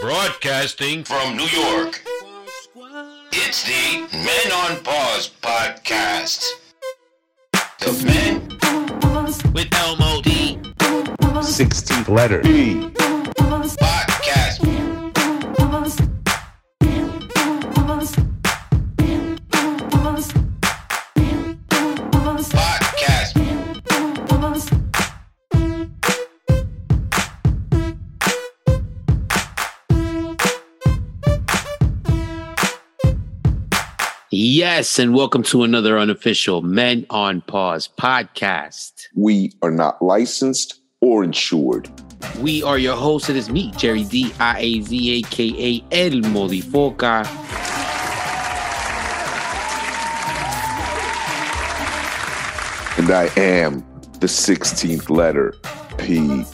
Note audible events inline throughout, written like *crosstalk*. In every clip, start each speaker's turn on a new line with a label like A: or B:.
A: Broadcasting from New York. It's the Men on Pause podcast. The men with Elmo D
B: 16th letter.
A: podcast. Podcast.
C: Yes, and welcome to another unofficial Men on Pause podcast.
D: We are not licensed or insured.
C: We are your hosts. It is me, Jerry D, I A Z A K A El Modifoca.
D: And I am the 16th letter P.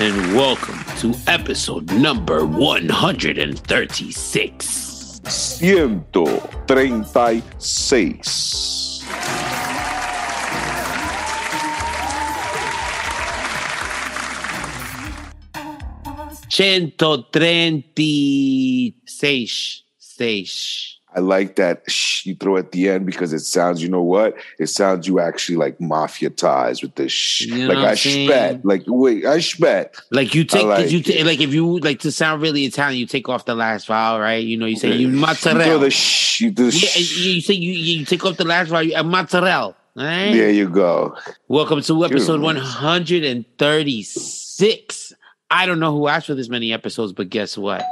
C: And welcome to episode number 136.
D: 136.
C: Cento trenti seis. Seis.
D: I like that shh you throw at the end because it sounds, you know what? It sounds you actually like mafia ties with this shh.
C: You know
D: like
C: what
D: I
C: I'm saying?
D: spat. Like, wait, I spat.
C: Like you take,
D: like
C: you
D: it.
C: ta- like if you like to sound really Italian, you take off the last vowel, right? You know, you say you
D: You throw
C: mozzarella.
D: the shh. You do the
C: Yeah, and
D: shh.
C: you, you say you, you take off the last vowel, you, uh, mozzarella. Right?
D: There you go.
C: Welcome to episode
D: Dude.
C: 136. I don't know who asked for this many episodes, but guess what?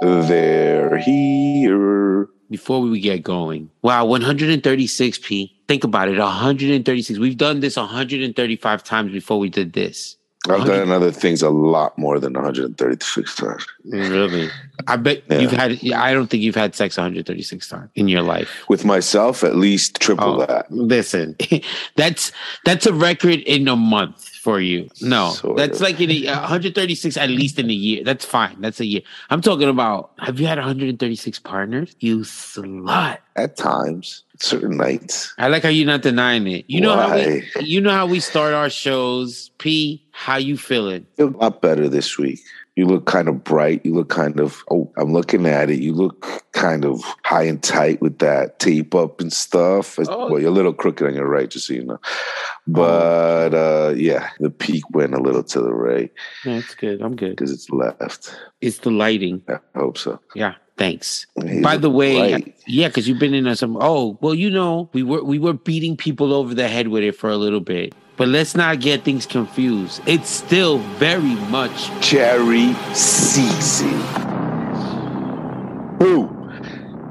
D: They're here.
C: Before we get going, wow, 136 P. Think about it 136. We've done this 135 times before we did this.
D: I've done other things a lot more than 136 times.
C: Really? I bet
D: Yeah.
C: you've had, I don't think you've had sex 136 times in your life.
D: With myself, at least triple
C: Oh,
D: that.
C: Listen, *laughs* that's that's a record in a month for you. No,
D: Sort
C: that's
D: of.
C: like in a, 136 at least in a year. That's fine. That's a year. I'm talking about. Have you had 136 partners? You slut.
D: At times, certain nights.
C: I like how you're not denying it. You know how we,
D: Why?
C: you know how we start our shows. P, how you feeling?
D: Feel a lot better this week. You look kind of bright. You look kind of, oh, I'm looking at it. You look kind of high and tight with that tape up and stuff. It's-
C: Oh.
D: Well, you're a little crooked on your right, just so you know. But uh, yeah, the peak went a little to the right
C: That's good. I'm good.
D: because it's left.
C: It's the lighting.
D: I hope so.
C: Yeah. Thanks.
D: Hey,
C: By the way,
D: bright.
C: yeah, because you've been in on some. Oh, well, you know, we were we were beating people over the head with it for a little bit, but let's not get things confused. It's still very much
D: Cherry season. Boom.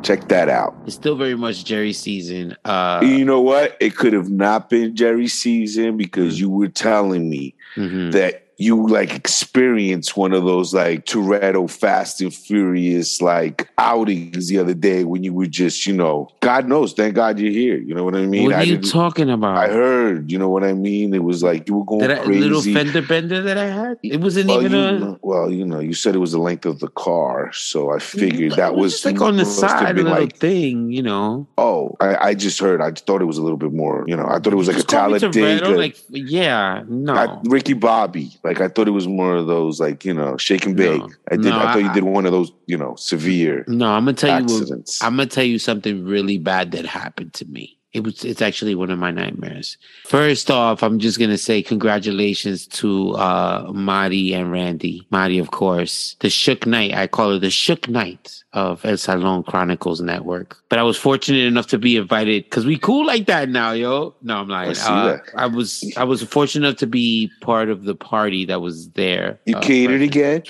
D: Check that out.
C: it's still very much Jerry season. Uh,
D: you know what? It could have not been Jerry season because you were telling me
C: mhm.
D: that you like experienced one of those like Toretto Fast and Furious like outings the other day when you were just, you know, God knows, thank God you're here. You know what I mean?
C: what
D: I
C: are you
D: didn't-
C: talking
D: I
C: about?
D: heard, you know what I mean? It was like you were going
C: That I,
D: crazy.
C: little fender bender that I had. It wasn't
D: well,
C: even
D: you,
C: a.
D: know- well, you know, you said it was the length of the car, so I figured
C: it
D: that was
C: just like on the
D: must have
C: side, a
D: been,
C: little
D: like
C: thing, you know.
D: Oh, I, I just heard. I thought it was a little bit more. You know, I thought it was like a
C: Just call me
D: Talladega,
C: Toretto, like yeah, no.
D: uh, I- Ricky Bobby. Like I thought it was more of those, like you know, shake and bake.
C: No.
D: I did.
C: No,
D: I thought
C: I-
D: you did one of those, you know, severe
C: no, I'm gonna tell you what
D: accidents.
C: I'm gonna tell you something really bad that happened to me. It was it's actually one of my nightmares. First off, I'm just gonna say congratulations to uh Mari and Randy. Mari, of course, the Shook Knight. I call her the Shook Knight of El Salon Chronicles Network. But I was fortunate enough to be invited because we cool like that now, yo. No, I'm lying.
D: I see
C: Uh,
D: that.
C: I was I was fortunate enough to be part of the party that was there.
D: you
C: uh, *laughs*
D: catered again.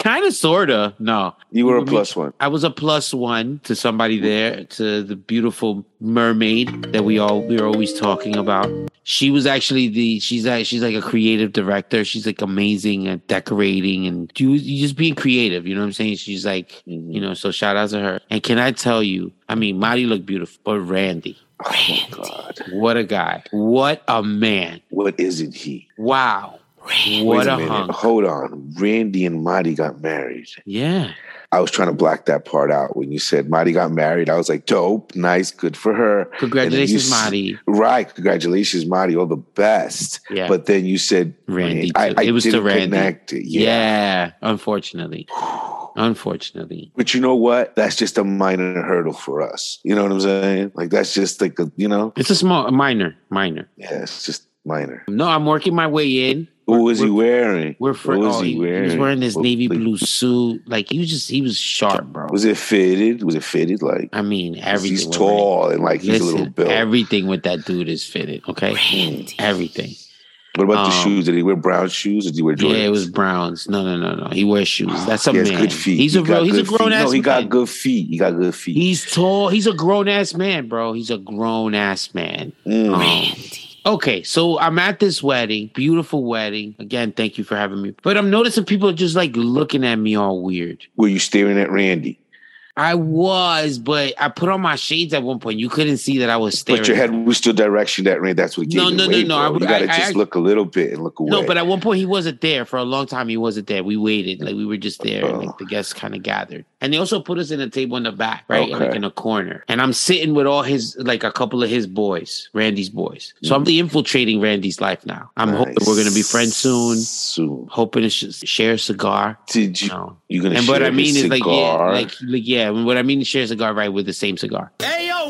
C: kind of, sorta. No,
D: You were
C: were
D: a plus one.
C: I was a plus one to somebody there, to the beautiful mermaid that we all we were always talking about. She was actually the she's a, she's like a creative director. She's like amazing at decorating and you you just being creative. You know what I'm saying? She's like
D: Mm-hmm.
C: you know. So shout out to her. And can I tell you? I mean, Marty looked beautiful, but Randy,
D: Oh my God,
C: what a guy, what a man,
D: what isn't he?
C: wow, what
D: Wait
C: a
D: minute.
C: hunk,
D: Hold on, Randy and Marty got married.
C: yeah.
D: I was trying to black that part out when you said Marty got married. I was like, dope, nice, good for her.
C: Congratulations, Marty.
D: Right, congratulations, Marty. All the best.
C: Yeah.
D: But then you said
C: Randy.
D: I,
C: too.
D: I
C: it was to
D: didn't
C: Randy.
D: connect it.
C: Yeah.
D: Yeah.
C: unfortunately, unfortunately,
D: But you know what? That's just a minor hurdle for us. You know what I'm saying? Like that's just like a you know,
C: it's a small, minor, minor.
D: yeah, it's just minor.
C: No, I'm working my way in.
D: What was he
C: we're-
D: wearing?
C: We're for,
D: What
C: oh, he, he was wearing his
D: What-
C: navy
D: like,
C: blue suit. Like he was just, he was sharp, bro.
D: Was it fitted? Was it fitted? Like
C: I mean, everything.
D: he's
C: was
D: tall and like he's a little
C: Listen,
D: built.
C: everything with that dude is fitted. Okay,
A: Randy.
C: everything.
D: what about the
C: um,
D: shoes? Did he wear brown shoes or did he wear Jordans?
C: Yeah, it was Browns. No, no, no, no. He wears
D: *gasps*
C: shoes. That's a
D: He has
C: man.
D: good feet.
C: He's a
D: He
C: real,
D: got
C: he's a
D: good feet.
C: grown ass.
D: No, he
C: man.
D: got good feet. He got good feet.
C: He's tall. He's a grown ass man, bro. He's a grown ass man.
D: Mm.
C: Um, okay, so I'm at this wedding, beautiful wedding. Again, thank you for having me. But I'm noticing people are just like looking at me all weird.
D: Were you staring at Randy?
C: I was, but I put on my shades at one point. You couldn't see that I was staring.
D: But your head was still direction that Randy. That's what gave
C: No,
D: it
C: no, no,
D: away,
C: no,
D: bro.
C: I would-
D: you gotta
C: I- I-
D: just look a little bit and look away.
C: no, but at one point he wasn't there. For a long time, he wasn't there. We waited, like we were just there, and
D: Oh.
C: like the guests kind of gathered. And they also put us in a table in the back, right, And, like
D: Okay.
C: in a corner. And I'm sitting with all his, like a couple of his boys, Randy's boys. So
D: Mm.
C: I'm infiltrating Randy's life now. I'm hoping we're gonna be friends soon.
D: Soon.
C: Hoping to sh- share a cigar.
D: Did you?
C: No.
D: You gonna?
C: And what I mean is like yeah,
D: cigar?
C: like, like yeah. What I mean is share a cigar, right, with the same cigar.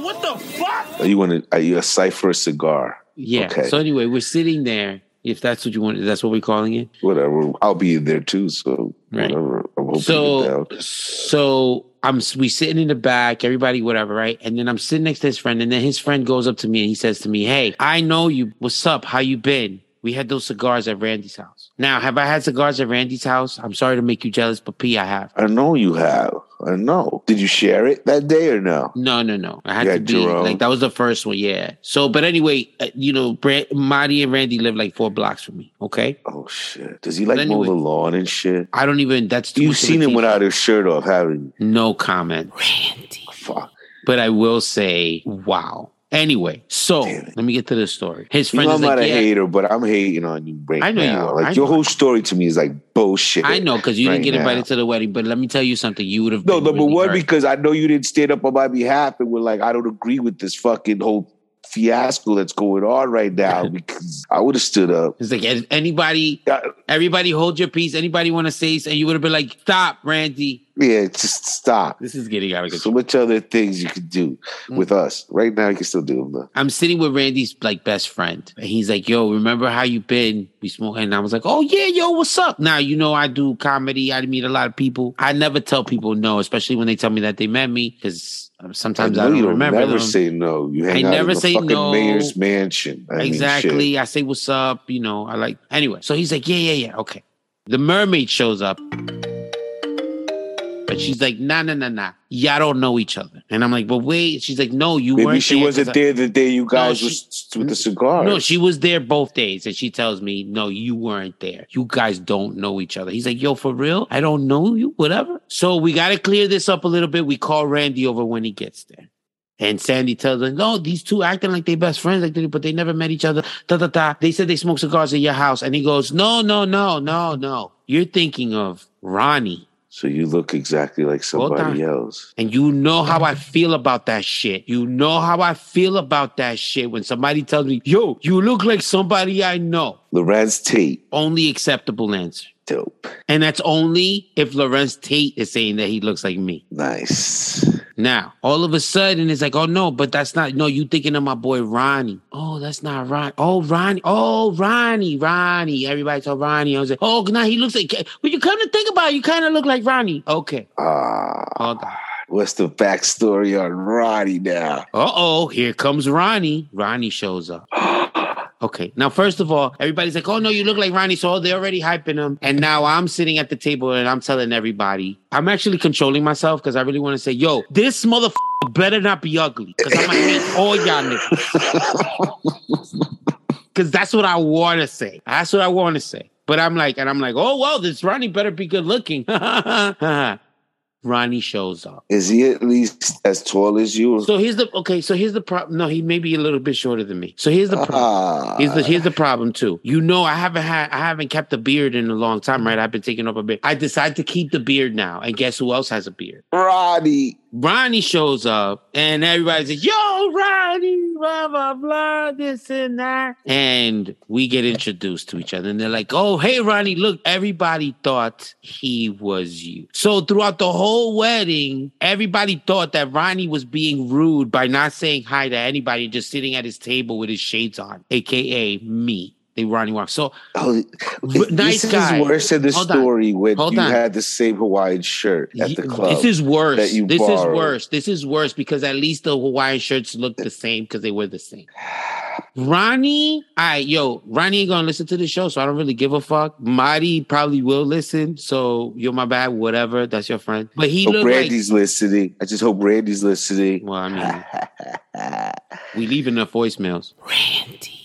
D: are you gonna? Are you a cipher a cigar?
C: Yeah.
D: Okay.
C: So anyway, we're sitting there. If that's what you want, that's what we're calling it.
D: Whatever. I'll be there too. So
C: Right.
D: whatever. I'm hoping you
C: so
D: down.
C: so I'm we sitting in the back, everybody, whatever, right? And then I'm sitting next to his friend, and then his friend goes up to me and he says to me, "Hey, I know you. What's up? How you been? We had those cigars at Randy's house. Now, have I had cigars at Randy's house? I'm sorry to make you jealous, but P, I have.
D: I know you have. I know. Did you share it that day or no?
C: No, no, no. I had
D: Yeah,
C: to be
D: Jerome.
C: like that was the first one, yeah. So, but anyway, uh, you know, Brad, Marty and Randy live like four blocks from me. Okay,
D: Oh shit! Does he like
C: But
D: mow the
C: anyway.
D: lawn and shit?
C: I don't even. That's too
D: You've
C: much of a
D: seen him
C: detail.
D: without his shirt off, haven't
C: No comment.
D: you? Fuck.
C: but I will say, wow. Anyway, so
D: Damn it.
C: let me get to the story. His
D: You
C: friend
D: know,
C: is
D: I'm not
C: like,
D: a
C: yeah,
D: hater, but I'm hating on you right
C: I know you
D: now.
C: are.
D: Like
C: I
D: your
C: know.
D: whole story to me is like bullshit.
C: I know because you
D: right
C: didn't get
D: now.
C: invited to the wedding. But let me tell you something. You would have
D: No,
C: been
D: number
C: really
D: one,
C: hurt.
D: because I know you didn't stand up on my behalf and were like, I don't agree with this fucking whole fiasco that's going on right
C: *laughs*
D: now because I would have stood up.
C: It's like "An- anybody,
D: Uh,
C: everybody, hold your peace. Anybody want to say? And you would have been like, "Stop, Randy.
D: Yeah, just stop.
C: This is getting out of
D: So
C: control."
D: much other things you could do
C: Mm.
D: with us. Right now, you can still do them. though.
C: I'm sitting with Randy's like best friend, and he's like, "Yo, remember how you been? We smoke." And I was like, "Oh yeah, yo, what's up?" Now you know I do comedy. I meet a lot of people. I never tell people no, especially when they tell me that they met me, because sometimes I,
D: know
C: don't
D: you
C: remember
D: never
C: them.
D: say no. You hang
C: I
D: out
C: never
D: in the
C: say
D: fucking
C: no.
D: mayor's mansion. I mean, shit.
C: exactly. I say what's up. You know, I like anyway. So he's like, yeah, yeah, yeah. Okay. The mermaid shows up, but she's like, nah, nah, nah, nah. Y'all don't know each other. And I'm like, but wait. She's like, no, you
D: Maybe
C: weren't.
D: she
C: there 'cause
D: wasn't
C: I-
D: there the day you guys
C: uh, she-
D: were s- with the cigar.
C: No, she was there both days, and she tells me, "No, you weren't there. You guys don't know each other." He's like, "Yo, for real? I don't know you. Whatever." So we got to clear this up a little bit. We call Randy over when he gets there, and Sandy tells us, "No, these two acting like they best friends, like they, but they never met each other. Da da da. They said they smoked cigars at your house." And he goes, "No, no, no, no, no. You're thinking of Ronnie."
D: So you look exactly like
C: Hold on.
D: somebody else.
C: And you know how I feel about that shit. You know how I feel about that shit when somebody tells me, yo, you look like somebody I know.
D: Lorenz Tate.
C: only acceptable answer.
D: Dope.
C: And that's only if Lorenz Tate is saying that he looks like me.
D: Nice.
C: Now, all of a sudden, it's like, oh no, but that's not, no, you thinking of my boy Ronnie. Oh, that's not Ronnie. Oh, Ronnie. Oh, Ronnie, Ronnie. Everybody told Ronnie. I was like, oh, nah, he looks like, when you come to think about it, you kind of look like Ronnie. Okay.
D: Ah,
C: Hold on.
D: what's the backstory on Roddy now?
C: Uh oh, here comes Ronnie. Ronnie shows up. Okay. Now, first of all, everybody's like, oh no, you look like Ronnie. So they're already hyping him. And now I'm sitting at the table and I'm telling everybody, I'm actually controlling myself because I really want to say, yo, this motherfucker better not be ugly because I'm going to hate all y'all niggas. Because that's what I want to say. That's what I want to say. But I'm like, and I'm like, oh, well, this Ronnie better be good looking. *laughs* Ronnie shows up.
D: Is he at least as tall as you?
C: So here's the okay. So here's the problem. No, he may be a little bit shorter than me. So here's the problem.
D: Ah,
C: Uh, here's the here's the problem too. You know, I haven't had I haven't kept a beard in a long time, right? I've been taking off a beard. I decided to keep the beard now, and guess who else has a beard?
D: Ronnie.
C: Ronnie shows up, and everybody's like, "Yo, Ronnie, blah blah blah, this and that," and we get introduced to each other, and they're like, "Oh, hey, Ronnie, look, everybody thought he was you." So throughout the whole whole wedding, everybody thought that Ronnie was being rude by not saying hi to anybody, just sitting at his table with his shades on, aka me. They Ronnie walk. So
D: oh, nice this guy. is worse than the Hold story on. when Hold you on. had the same Hawaiian shirt at the club.
C: This is worse. this borrowed. is worse. This is worse because at least the Hawaiian shirts look the same because they were the same. Ronnie, I yo, Ronnie ain't gonna listen to the show, so I don't really give a fuck. Marty probably will listen, so you're my bad, whatever. That's your friend. But he
D: hope Randy's like, listening. I just hope Randy's listening.
C: *laughs* Well, I
D: *laughs*
C: mean, we leave enough voicemails. Randy.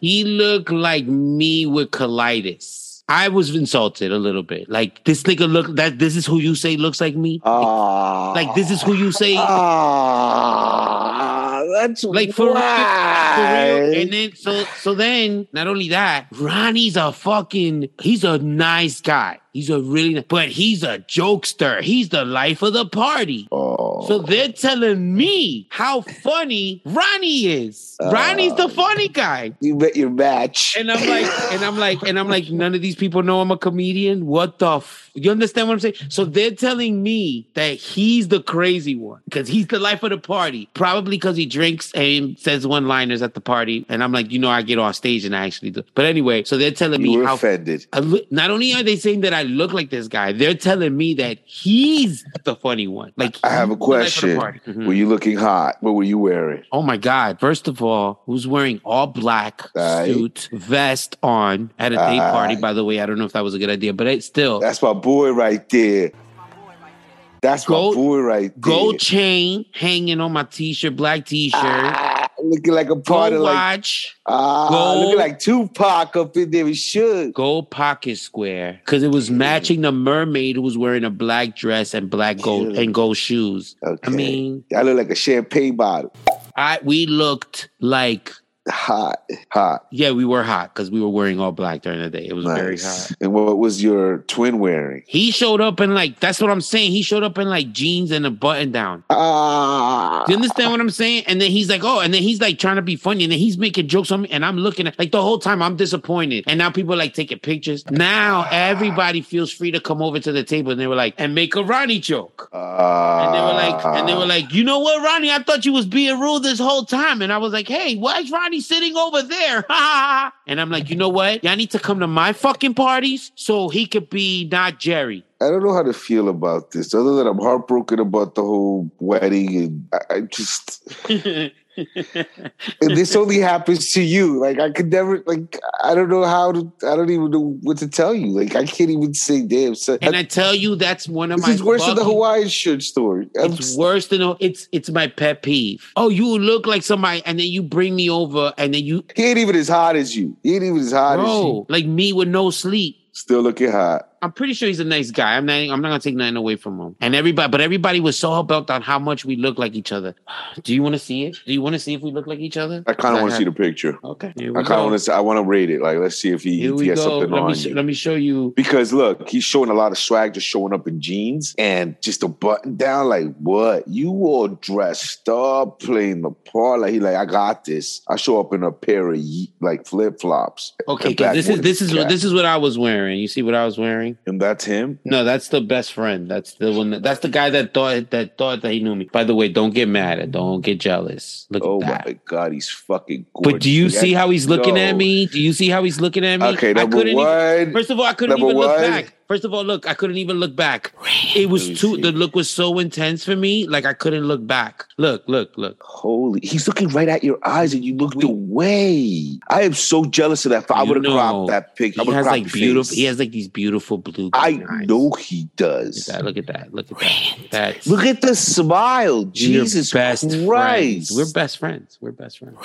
C: he looked like me with colitis. I was insulted a little bit. Like this nigga look that this is who you say looks like me.
D: Uh,
C: like this is who you say.
D: Ah.
C: Uh,
D: that's
C: like for, right. real, for real. And then so so then not only that, Ronnie's a fucking he's a nice guy. He's a really, but he's a jokester. He's the life of the party.
D: Oh.
C: So they're telling me how funny Ronnie is. Uh, Ronnie's the funny guy.
D: You bet your match.
C: And I'm like, and I'm like, and I'm like, none of these people know I'm a comedian. What the? F-? You understand what I'm saying? So they're telling me that he's the crazy one because he's the life of the party. Probably because he drinks and says one liners at the party. And I'm like, you know, I get off stage and I actually do. But anyway, so they're telling
D: you
C: me how
D: offended.
C: Not only are they saying that I I look like this guy. They're telling me that he's the funny one. Like
D: I have a question. Mm-hmm. Were you looking hot? What were you wearing?
C: Oh my God. First of all, who's wearing all black all suit, right. vest on at a all day party, right. by the way. I don't know if that was a good idea, but it still
D: That's my boy right there. That's
C: gold,
D: my boy right there.
C: Gold chain hanging on my t-shirt, black t-shirt. Ah,
D: looking like a party.
C: Gold watch.
D: Like, ah, gold, looking like Tupac up in there. We should.
C: Gold pocket square because it was matching the mermaid who was wearing a black dress and black gold and gold shoes.
D: Okay.
C: I mean,
D: I look like a champagne bottle.
C: I we looked like
D: hot, hot.
C: Yeah, we were hot because we were wearing all black during the day. It was nice. very hot.
D: And what was your twin wearing?
C: He showed up in like that's what I'm saying. He showed up in like jeans and a button down.
D: Ah,
C: Do you understand what I'm saying? And then he's like, oh, and then he's like trying to be funny, and then he's making jokes on me, and I'm looking at like the whole time I'm disappointed. And now people are, like taking pictures. Now everybody feels free to come over to the table, and they were like, and make a Ronnie joke.
D: Ah,
C: and they were like, and they were like, you know what, Ronnie? I thought you was being rude this whole time, and I was like, hey, why's Ronnie? sitting over there. *laughs* and I'm like, you know what? Y'all need to come to my fucking parties so he could be not Jerry. *laughs*
D: I don't know how to feel about this, other than I'm heartbroken about the whole wedding and I, I just.
C: *laughs*
D: this only happens to you. Like I could never. Like I don't know how to. I don't even know what to tell you. Like I can't even say damn. So,
C: and I, I tell you that's one of
D: this
C: my.
D: It's worse fucking, than the Hawaiian shirt story.
C: I'm it's worse than it's. It's my pet peeve. Oh, you look like somebody, and then you bring me over, and then you.
D: He ain't even as hot as you. He ain't even as hot bro, as you.
C: Like me with no sleep.
D: Still looking hot.
C: I'm pretty sure he's a nice guy. I'm not. I'm not gonna take nothing away from him. And everybody, but everybody was so hell bent on how much we look like each other. *sighs* Do you want to see it? Do you want to see if we look like each other?
D: I kind of want to see the picture.
C: Okay. I
D: kind of want to. I want to rate it. Like, let's see if he,
C: Here
D: if
C: we
D: he has
C: go.
D: something
C: let
D: on.
C: Me sh-
D: you.
C: Let me show you.
D: Because look, he's showing a lot of swag, just showing up in jeans and just a button down. Like, what? You all dressed up, playing the part. Like, he like, I got this. I show up in a pair of ye- like flip flops.
C: Okay. 'cause This is this is what this is what I was wearing. You see what I was wearing?
D: And that's him.
C: No, that's the best friend. That's the one. That, that's the guy that thought that thought that he knew me. By the way, don't get mad and don't get jealous. Look
D: Oh
C: at that.
D: my god, he's fucking. Gorgeous.
C: But do you
D: Like,
C: see
D: I
C: how he's looking at
D: know.
C: me? Do you see how he's looking at me?
D: Okay,
C: I
D: number
C: couldn't
D: one.
C: Even, first of all, I couldn't
D: Number
C: even look
D: one.
C: back. First of all, look, I couldn't even look back. It was
D: Let me
C: too.
D: see.
C: The look was so intense for me. Like I couldn't look back. Look, look, look.
D: Holy, he's looking right at your eyes, and you looked away. I am so jealous of that. I
C: You
D: would have
C: know,
D: cropped that picture. I
C: He
D: would
C: has
D: crop
C: like
D: your
C: beautiful.
D: face.
C: He has like these beautiful blue.
D: I
C: green eyes.
D: know he does.
C: That- Look at that. Look at that. That's
D: Look at the smile,
C: We're
D: Jesus
C: best
D: Christ!
C: Friends. We're best friends. We're best friends.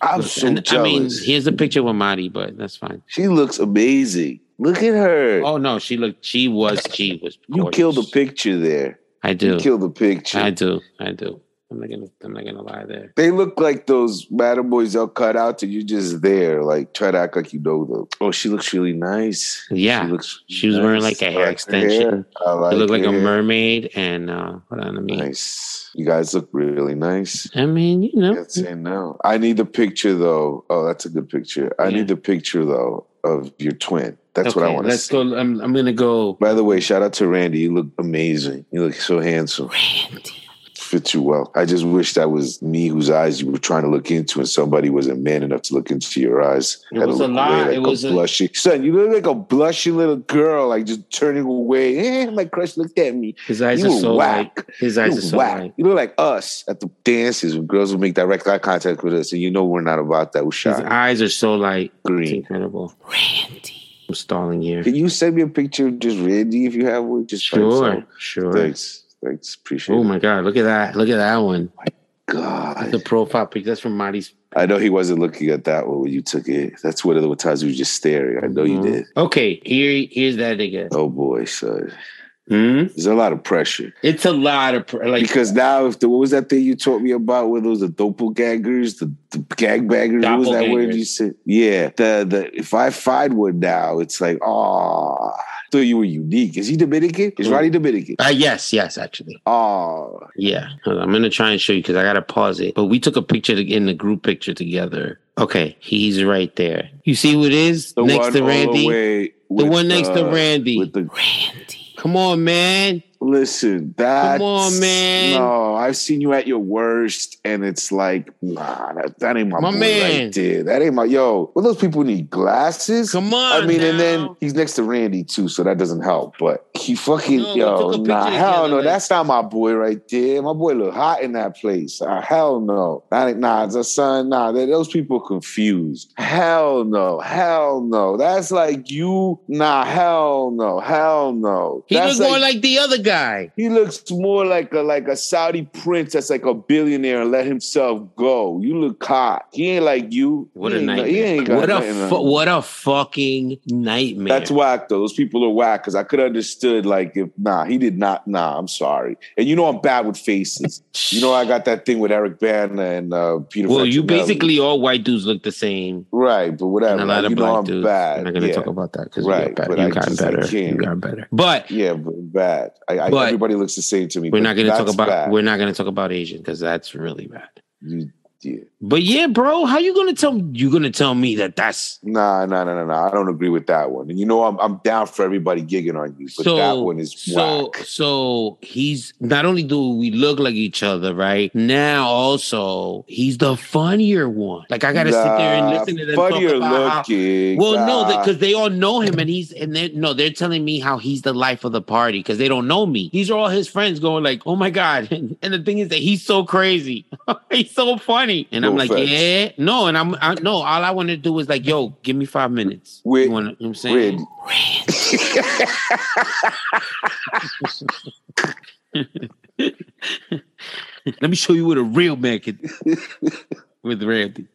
D: I'm so
C: And, I mean,
D: jealous.
C: here's a picture with Marty, but that's fine.
D: she looks amazing. Look at her.
C: Oh no, she looked. She was. She was.
D: *laughs* you killed the picture there.
C: I do.
D: You killed the picture.
C: I do. I do. I'm not gonna. I'm not gonna lie there.
D: They look like those Madame Boiselle cutouts, and you're just there, like try to act like you know them. Oh, she looks really nice.
C: Yeah,
D: she, looks
C: She was wearing like a hair
D: I like her hair.
C: extension.
D: I like
C: She looked like a
D: her hair.
C: mermaid, and uh, hold on, I mean,
D: Nice. You guys look really nice.
C: I mean, you know,
D: Can't say no. I need the picture though. Oh, that's a good picture. I
C: Yeah.
D: need the picture though of your twin. That's what I
C: okay,
D: want to
C: Let's
D: see.
C: go. I'm, I'm gonna go.
D: By the way, shout out to Randy. You look amazing. You look so handsome. Fits you well. I just wish that was me whose eyes you were trying to look into, and somebody wasn't man enough to look into your eyes.
C: It
D: Had to
C: was a
D: look
C: lot.
D: Away, like
C: It was
D: a
C: a-
D: blushing son. You look like a blushing little girl, like just turning away. *laughs* Eh, my crush looked at me.
C: His eyes
D: you
C: are
D: were
C: so
D: whack.
C: like. His eyes
D: you
C: are so
D: whack.
C: like.
D: You look like us at the dances when girls would make direct eye contact with us, and you know we're not about that. We're shy.
C: His eyes are so light. It's
D: green.
C: incredible. Randy, I'm stalling here.
D: Can you send me a picture of just Randy if you have one? Just find
C: Sure,
D: some.
C: sure.
D: Thanks. Thanks. Appreciate
C: Oh
D: it.
C: my God! Look at that! Look at that one.
D: God.
C: The profile picture. That's from Marty's.
D: I know he wasn't looking at that one when you took it. That's one of the times you were just staring. I know you did.
C: Mm-hmm. Okay, here, here's that nigga.
D: Oh boy, son.
C: Hmm?
D: There's a lot of pressure.
C: It's a lot of pr- like
D: Because now if the what was that thing you taught me about where those the doppelgangers, the, the gangbangers, what was that word
C: Doppelgangers.
D: you said? Yeah. The the if I find one now, it's like, oh thought you were unique. Is he Dominican? Is
C: Who?
D: Roddy Dominican?
C: Uh, yes, yes, actually.
D: Oh,
C: Yeah. Hold on, I'm going to try and show you because I got to pause it. But we took a picture to, in the group picture together. Okay. He's right there. You see who it is?
D: the
C: next
D: one
C: to
D: all
C: Randy?
D: way
C: the
D: with,
C: one next to
D: uh,
C: Randy.
D: With the
C: Come on, man.
D: Listen, that
C: on, man.
D: No, I've seen you at your worst, and it's like, nah, that, that ain't my,
C: My
D: boy
C: man.
D: right there. That ain't my yo. Well, those people need glasses.
C: Come on.
D: I mean, and then
C: now.
D: he's next to Randy too, so that doesn't help. But he fucking
C: No, Oh, we
D: yo,
C: took a
D: nah,
C: picture
D: hell
C: together,
D: no,
C: like-
D: that's not my boy right there. My boy look hot in that place. Uh, hell no, nah, nah, it's a son, nah. th- those people confused. Hell no, hell no. That's like you, nah, hell no, hell no.
C: He
D: that's
C: looked more like the other guy.
D: he looks more like a like a Saudi prince that's like a billionaire and let himself go. You look hot. He ain't like you.
C: What
D: He
C: a
D: ain't- he
C: nightmare.
D: ain't got
C: What
D: nothing
C: a
D: on
C: fu-
D: him.
C: what a fucking nightmare.
D: That's whack though. Those people are whack because I could have understood like if nah, he did not. Nah, I'm sorry. And you know I'm bad with faces. you know I got that thing with Eric Bana and uh, Peter.
C: Well, you
D: Facinelli.
C: basically all white dudes look the same.
D: right, but
C: And
D: whatever.
C: a lot of
D: you
C: black
D: know I'm
C: dudes.
D: bad.
C: We're not going to
D: yeah.
C: talk about that because
D: Right,
C: you got,
D: but
C: better.
D: I
C: you got
D: just- I
C: better. You
D: can't.
C: got better. But
D: yeah, but bad. I, I,
C: But-
D: everybody looks the same to me.
C: We're
D: but
C: not gonna talk
D: that's
C: about
D: bad.
C: we're not gonna talk about Asian because that's really bad.
D: You- yeah.
C: But yeah, bro, how you gonna tell you gonna tell me that that's
D: Nah, nah, nah, nah, nah. I don't agree with that one. And you know, I'm I'm down for everybody gigging on you, but
C: so?
D: that one is
C: so
D: whack.
C: so he's not only do we look like each other, right? Now also he's the funnier one. Like I gotta sit there and
D: Nah,
C: listen to them talk
D: funnier
C: about how.
D: looking.
C: Well, no,
D: nah.
C: because they all know him, and he's and they no, they're telling me how he's the life of the party because they don't know me. These are all his friends going like, "Oh my god!" *laughs* And, the thing is that he's so crazy, *laughs* he's so funny, and
D: No
C: I'm like,
D: offense.
C: "Yeah, no," and I'm I, no. All I want to do is like, "Yo, give me five minutes."
D: Wait,
C: you wanna, you know what I'm saying?
D: Red.
C: *laughs* Let me show you what a real man can with Randy.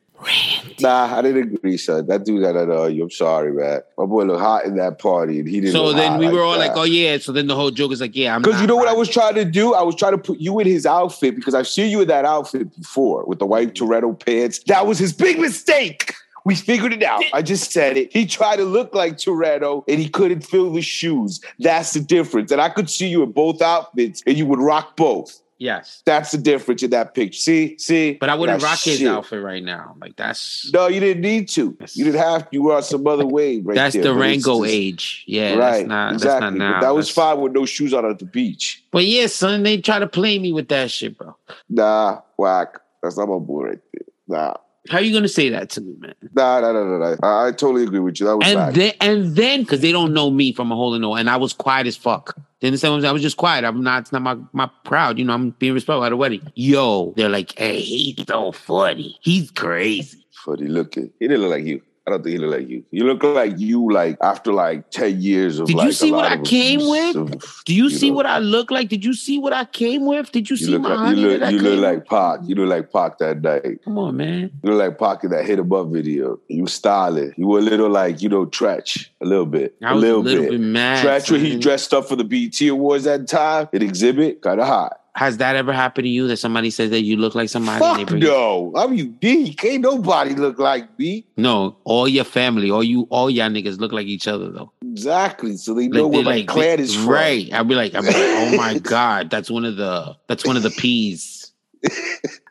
D: nah, I didn't agree, son. That dude that I know you. I'm sorry, man. My boy looked hot in that party, and he didn't.
C: So
D: look
C: then
D: hot
C: we were all like,
D: that.
C: "Oh yeah." So then the whole joke is like, "Yeah, I'm."
D: Because you
C: not
D: know what I
C: right."
D: was trying to do? I was trying to put you in his outfit because I've seen you in that outfit before with the white Toretto pants. That was his big mistake. We figured it out. I just said it. He tried to look like Toretto and he couldn't fill the shoes. That's the difference. And I could see you in both outfits and you would rock both.
C: Yes,
D: That's the difference in that picture. See? See?
C: but I wouldn't
D: That
C: rock his
D: shit.
C: outfit right now. Like that's
D: No, you didn't need to. You didn't have to. You were on some other wave right
C: that's
D: there.
C: the
D: But it's
C: Rango
D: just-
C: age. Yeah,
D: right.
C: that's not
D: exactly.
C: that's not
D: But
C: now.
D: that was
C: That's-
D: fine with no shoes out at the beach.
C: But yeah, son, they try to play me with that shit, bro.
D: Nah, whack. That's not my boy right there. Nah.
C: How you gonna say that to me, man?
D: Nah, nah, nah, nah, nah. I, I totally agree with you. That was
C: And
D: whack.
C: then and then because they don't know me from a hole in the wall, and I was quiet as fuck. You understand what I'm saying? I was just quiet. I'm not. It's not my my proud. You know, I'm being respectful at a wedding. Yo, they're like, hey, he's so funny. He's crazy.
D: Funny looking. He didn't look like you. I don't think he look like you. You look like you, like after like ten years of.
C: Did
D: like,
C: you see
D: a
C: what
D: lot
C: I
D: of
C: came with?
D: abuse of-
C: Do you,
D: You
C: see
D: look-
C: what I look like? Did you see what I came with? Did you,
D: you
C: see
D: look
C: my
D: like you
C: honey
D: look
C: that I
D: you
C: came
D: look
C: with?
D: like Pac. You look like Pac that night.
C: Come on, man.
D: You look like Pac in that hit above video. You styling. You were a little like you know Tretch a little bit,
C: I
D: a
C: was
D: little, bit.
C: mad.
D: Tretch when he
C: son.
D: dressed up for the BT Awards that time. It exhibit kind of hot.
C: Has that ever happened to you that somebody says that you look like somebody? and they
D: Fuck
C: bring you-
D: no, I'm unique. Ain't E nobody look like E me.
C: No, all your family, all you, all y'all niggas look like each other though.
D: Exactly. So they know
C: Like,
D: where
C: they
D: my
C: like-
D: clan
C: they-
D: is from.
C: Right. I'd be like, I'd be like, oh
D: *laughs*
C: my god, that's one of the, that's one of the P's.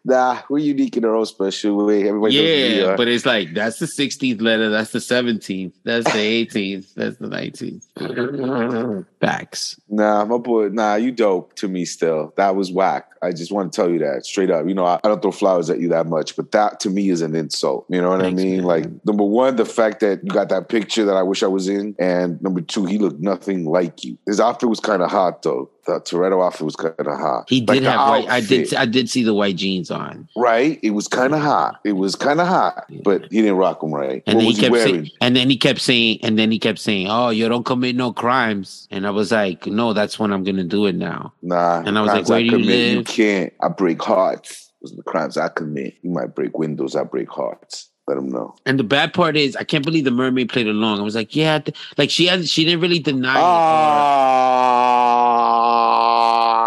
D: Nah, we're unique in our own special way. Everybody E knows who we
C: yeah,
D: are.
C: but it's like that's the 16th letter, that's the 17th, that's the 18th, that's the
D: *laughs*
C: 19th. Facts.
D: Nah, my boy. Nah, you dope to me still. That was whack. I just want to tell you that straight up. You know, I, I don't throw flowers at you that much, but that to me is an insult. You know what
C: Thanks,
D: I mean?
C: man.
D: Like number one, the fact that you got that picture that I wish I was in, and number two, he looked nothing like you. His outfit was kind of hot though. The Toretto outfit was kind of hot.
C: He did
D: Like, the
C: have white. I did.
D: outfit,
C: I did see the white jeans on,
D: right. It was kind of hot. It was kind of hot, but he didn't rock them right.
C: and then
D: what
C: he
D: was he
C: kept
D: wearing?
C: saying, and then he kept saying, and then he kept saying, "Oh, you don't commit no crimes." And I was like, "No, that's when I'm gonna do it now."
D: Nah.
C: And I was like,
D: crimes
C: where do you
D: commit, You
C: live?
D: can't. I break hearts. Those are the crimes I commit. You might break windows. I break hearts. Let them know.
C: And the bad part is, I can't believe the mermaid played along. I was like, "Yeah," th- like she had. She didn't really deny. it. or-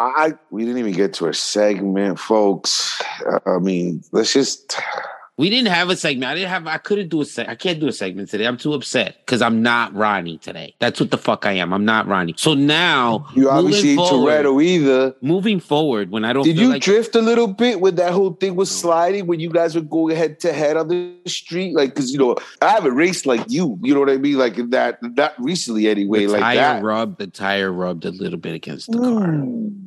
D: Ah, I, we didn't even get to a segment, folks. I mean, let's just.
C: We didn't have a segment. I didn't have. I couldn't do a seg. I can't do a segment today. I'm too upset because I'm not Ronnie today. That's what the fuck I am. I'm not Ronnie. So now
D: You obviously ain't
C: forward,
D: Toretto either.
C: moving forward, when I don't
D: Did
C: feel
D: you
C: like
D: drift a little bit when that whole thing was sliding when you guys would go head to head on the street? Like, because you know, I haven't raced like you. You know what I mean? Like in that, not recently anyway.
C: the
D: like
C: tire
D: that.
C: rubbed the tire rubbed a little bit against the car.
D: Mm.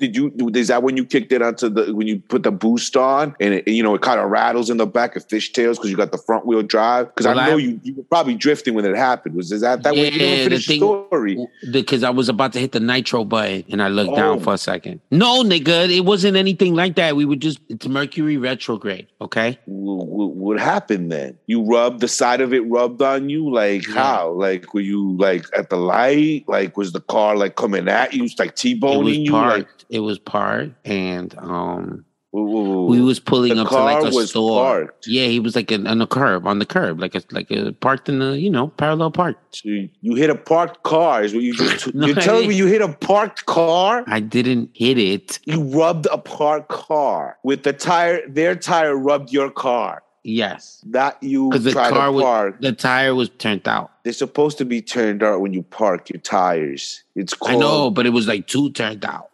D: Did you do? Is that when you kicked it onto the when you put the boost on and it, you know it kind of rattles in the back of fishtails because you got the front wheel drive? Because
C: Well,
D: I know
C: I-
D: you you were probably drifting when it happened. Was is that that way? You
C: Yeah,
D: didn't
C: the
D: finish
C: thing-
D: story.
C: Because I was about to hit the nitro button and I looked
D: Oh.
C: down for a second. No, nigga, it wasn't anything like that. We were just it's Mercury retrograde. Okay.
D: Wh- wh- What happened then? You rubbed the side of it rubbed on you like
C: Yeah.
D: how? Like were you like at the light? Like was the car like coming at you? It's like t
C: It was
D: boning Oh, you? Like
C: parked. It was parked, and um,
D: wh- wh-
C: we was pulling
D: the
C: up to
D: car
C: like a
D: was
C: store.
D: parked.
C: Yeah, he was like in, on the curb, on the curb, like a, like a parked in the you know parallel park.
D: So you, you hit a parked car. Is what
C: *laughs*
D: you just,
C: No,
D: you're
C: I
D: telling
C: didn't.
D: me you hit a parked car?
C: I didn't hit it.
D: You rubbed a parked car with the tire. Their tire rubbed your car.
C: Yes,
D: Not you
C: 'Cause the
D: trying
C: car
D: to
C: was-
D: park.
C: the tire was turned out.
D: They're supposed to be turned out when you park your tires. It's
C: I know,
D: called. *laughs*
C: but it was like two turned out.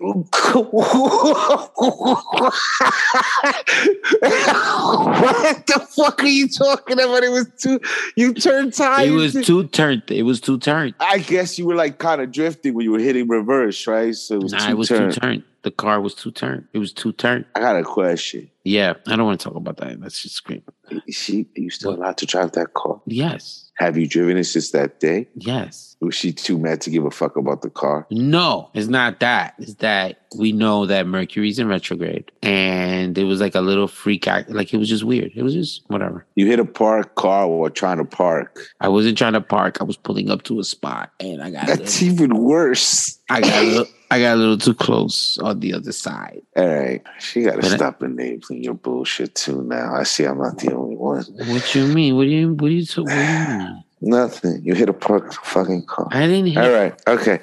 D: what the fuck are you talking about? It was two. You turned tires.
C: It was two turned. It was two turned.
D: I guess you were like kind of drifting when you were hitting reverse, right? So it was
C: nah,
D: two
C: it was
D: turn.
C: two turned. The car was two turned. It was two turned.
D: I got a question.
C: Yeah, I don't want to talk about that. That's just great.
D: Is she are you still allowed to drive that car?
C: Yes,
D: Have you driven it since that day?
C: yes.
D: Was she too mad to give a fuck about the car?
C: No, it's not that. It's that we know that Mercury's in retrograde, and it was like a little freak act. Like it was just weird. It was just whatever.
D: You hit a parked car while trying to
C: *laughs*
D: park.
C: I wasn't trying to park. I was pulling up to a spot, and I got a
D: That's
C: little,
D: even worse.
C: I got a little, I got a little too close on the other side.
D: All right. She gotta
C: But I-
D: stop enabling your bullshit too now. I see I'm not the only one.
C: What you mean? What do you? What do you? What do you mean?
D: Nothing. You hit a parked fucking car.
C: I didn't hear.
D: All right. Okay.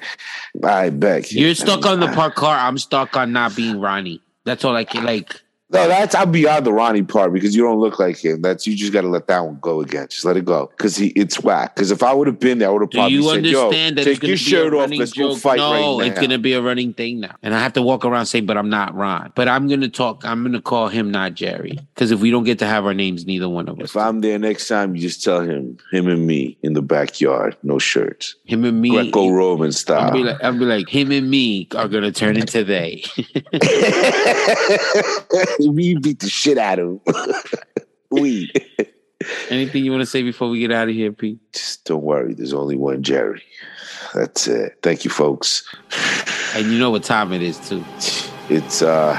D: I bet.
C: You're stuck on the park car. I'm stuck on not being Ronnie. That's all I can like.
D: No, that's I'm beyond the Ronnie part because you don't look like him. That's you just got to let that one go again. Just let it go because he it's whack. Because if I would have been there, I would have
C: Do
D: probably
C: you
D: said, "Yo,
C: understand that
D: take your
C: it's gonna
D: shirt
C: be a
D: off.
C: running
D: Let's go
C: joke?
D: fight
C: No,
D: right now."
C: it's gonna be a running thing now, and I have to walk around saying, "But I'm not Ron." But I'm gonna talk. I'm gonna call him not Jerry because if we don't get to have our names, neither one of us.
D: if I'm there next time, you just tell him, him and me in the backyard, no shirt,
C: him and me,
D: Greco Roman
C: I'll
D: style.
C: be like, I'll be like, him and me are gonna turn into they. *laughs*
D: *laughs* we beat the shit out of him. *laughs* we
C: Anything you want to say before we get out of here, Pete?
D: just don't worry. There's only one Jerry. That's it. Thank you, folks.
C: And you know what time it is too.
D: It's uh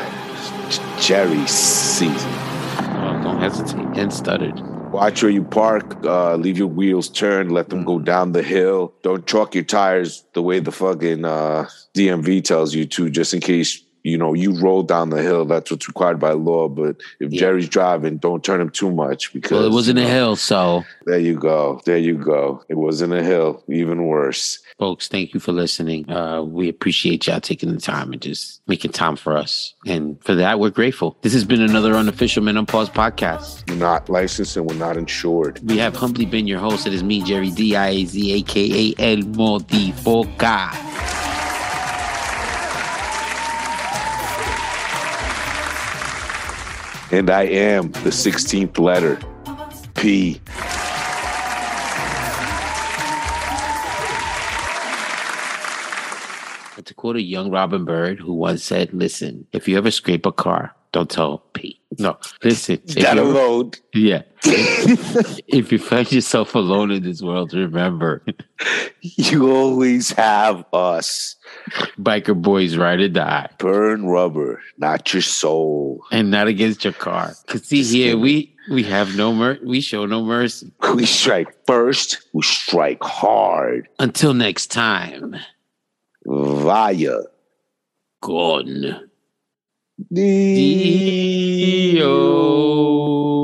D: Jerry season.
C: Oh, don't hesitate and stuttered.
D: Watch where you park. Uh, leave your wheels turned. Let them
C: Mm-hmm.
D: go down the hill. Don't truck your tires the way the fucking uh, DMV tells you to, just in case you know you roll down the hill. That's what's required by law. But if
C: Yeah.
D: Jerry's driving, don't turn him too much because
C: Well, it wasn't
D: you
C: a
D: know,
C: hill, so
D: There you go. There you go. It wasn't a hill. Even worse.
C: folks, thank you for listening. Uh, we appreciate y'all taking the time and just making time for us. And for that, we're grateful. This has been another unofficial Men on Pause podcast.
D: We're not licensed and we're not insured.
C: We have humbly been your host. It is me, Jerry D I A Z, aka El Modifoca.
D: And I am the 16th letter. P.
C: But to quote a young Robin Bird who once said, Listen, if you ever scrape a car, don't tell P. No, listen. if
D: Got a
C: you-
D: load.
C: yeah. *laughs* if you find yourself alone in this world, remember,
D: *laughs*
C: *laughs*
D: You always have us.
C: biker boys ride or die.
D: Burn rubber, not your soul. *laughs*
C: and not against your car. Cause see here, we we have no mer- we show no mercy.
D: We strike first, we strike hard.
C: Until next time,
D: Via.
C: gone.
D: Dio.
C: Dio.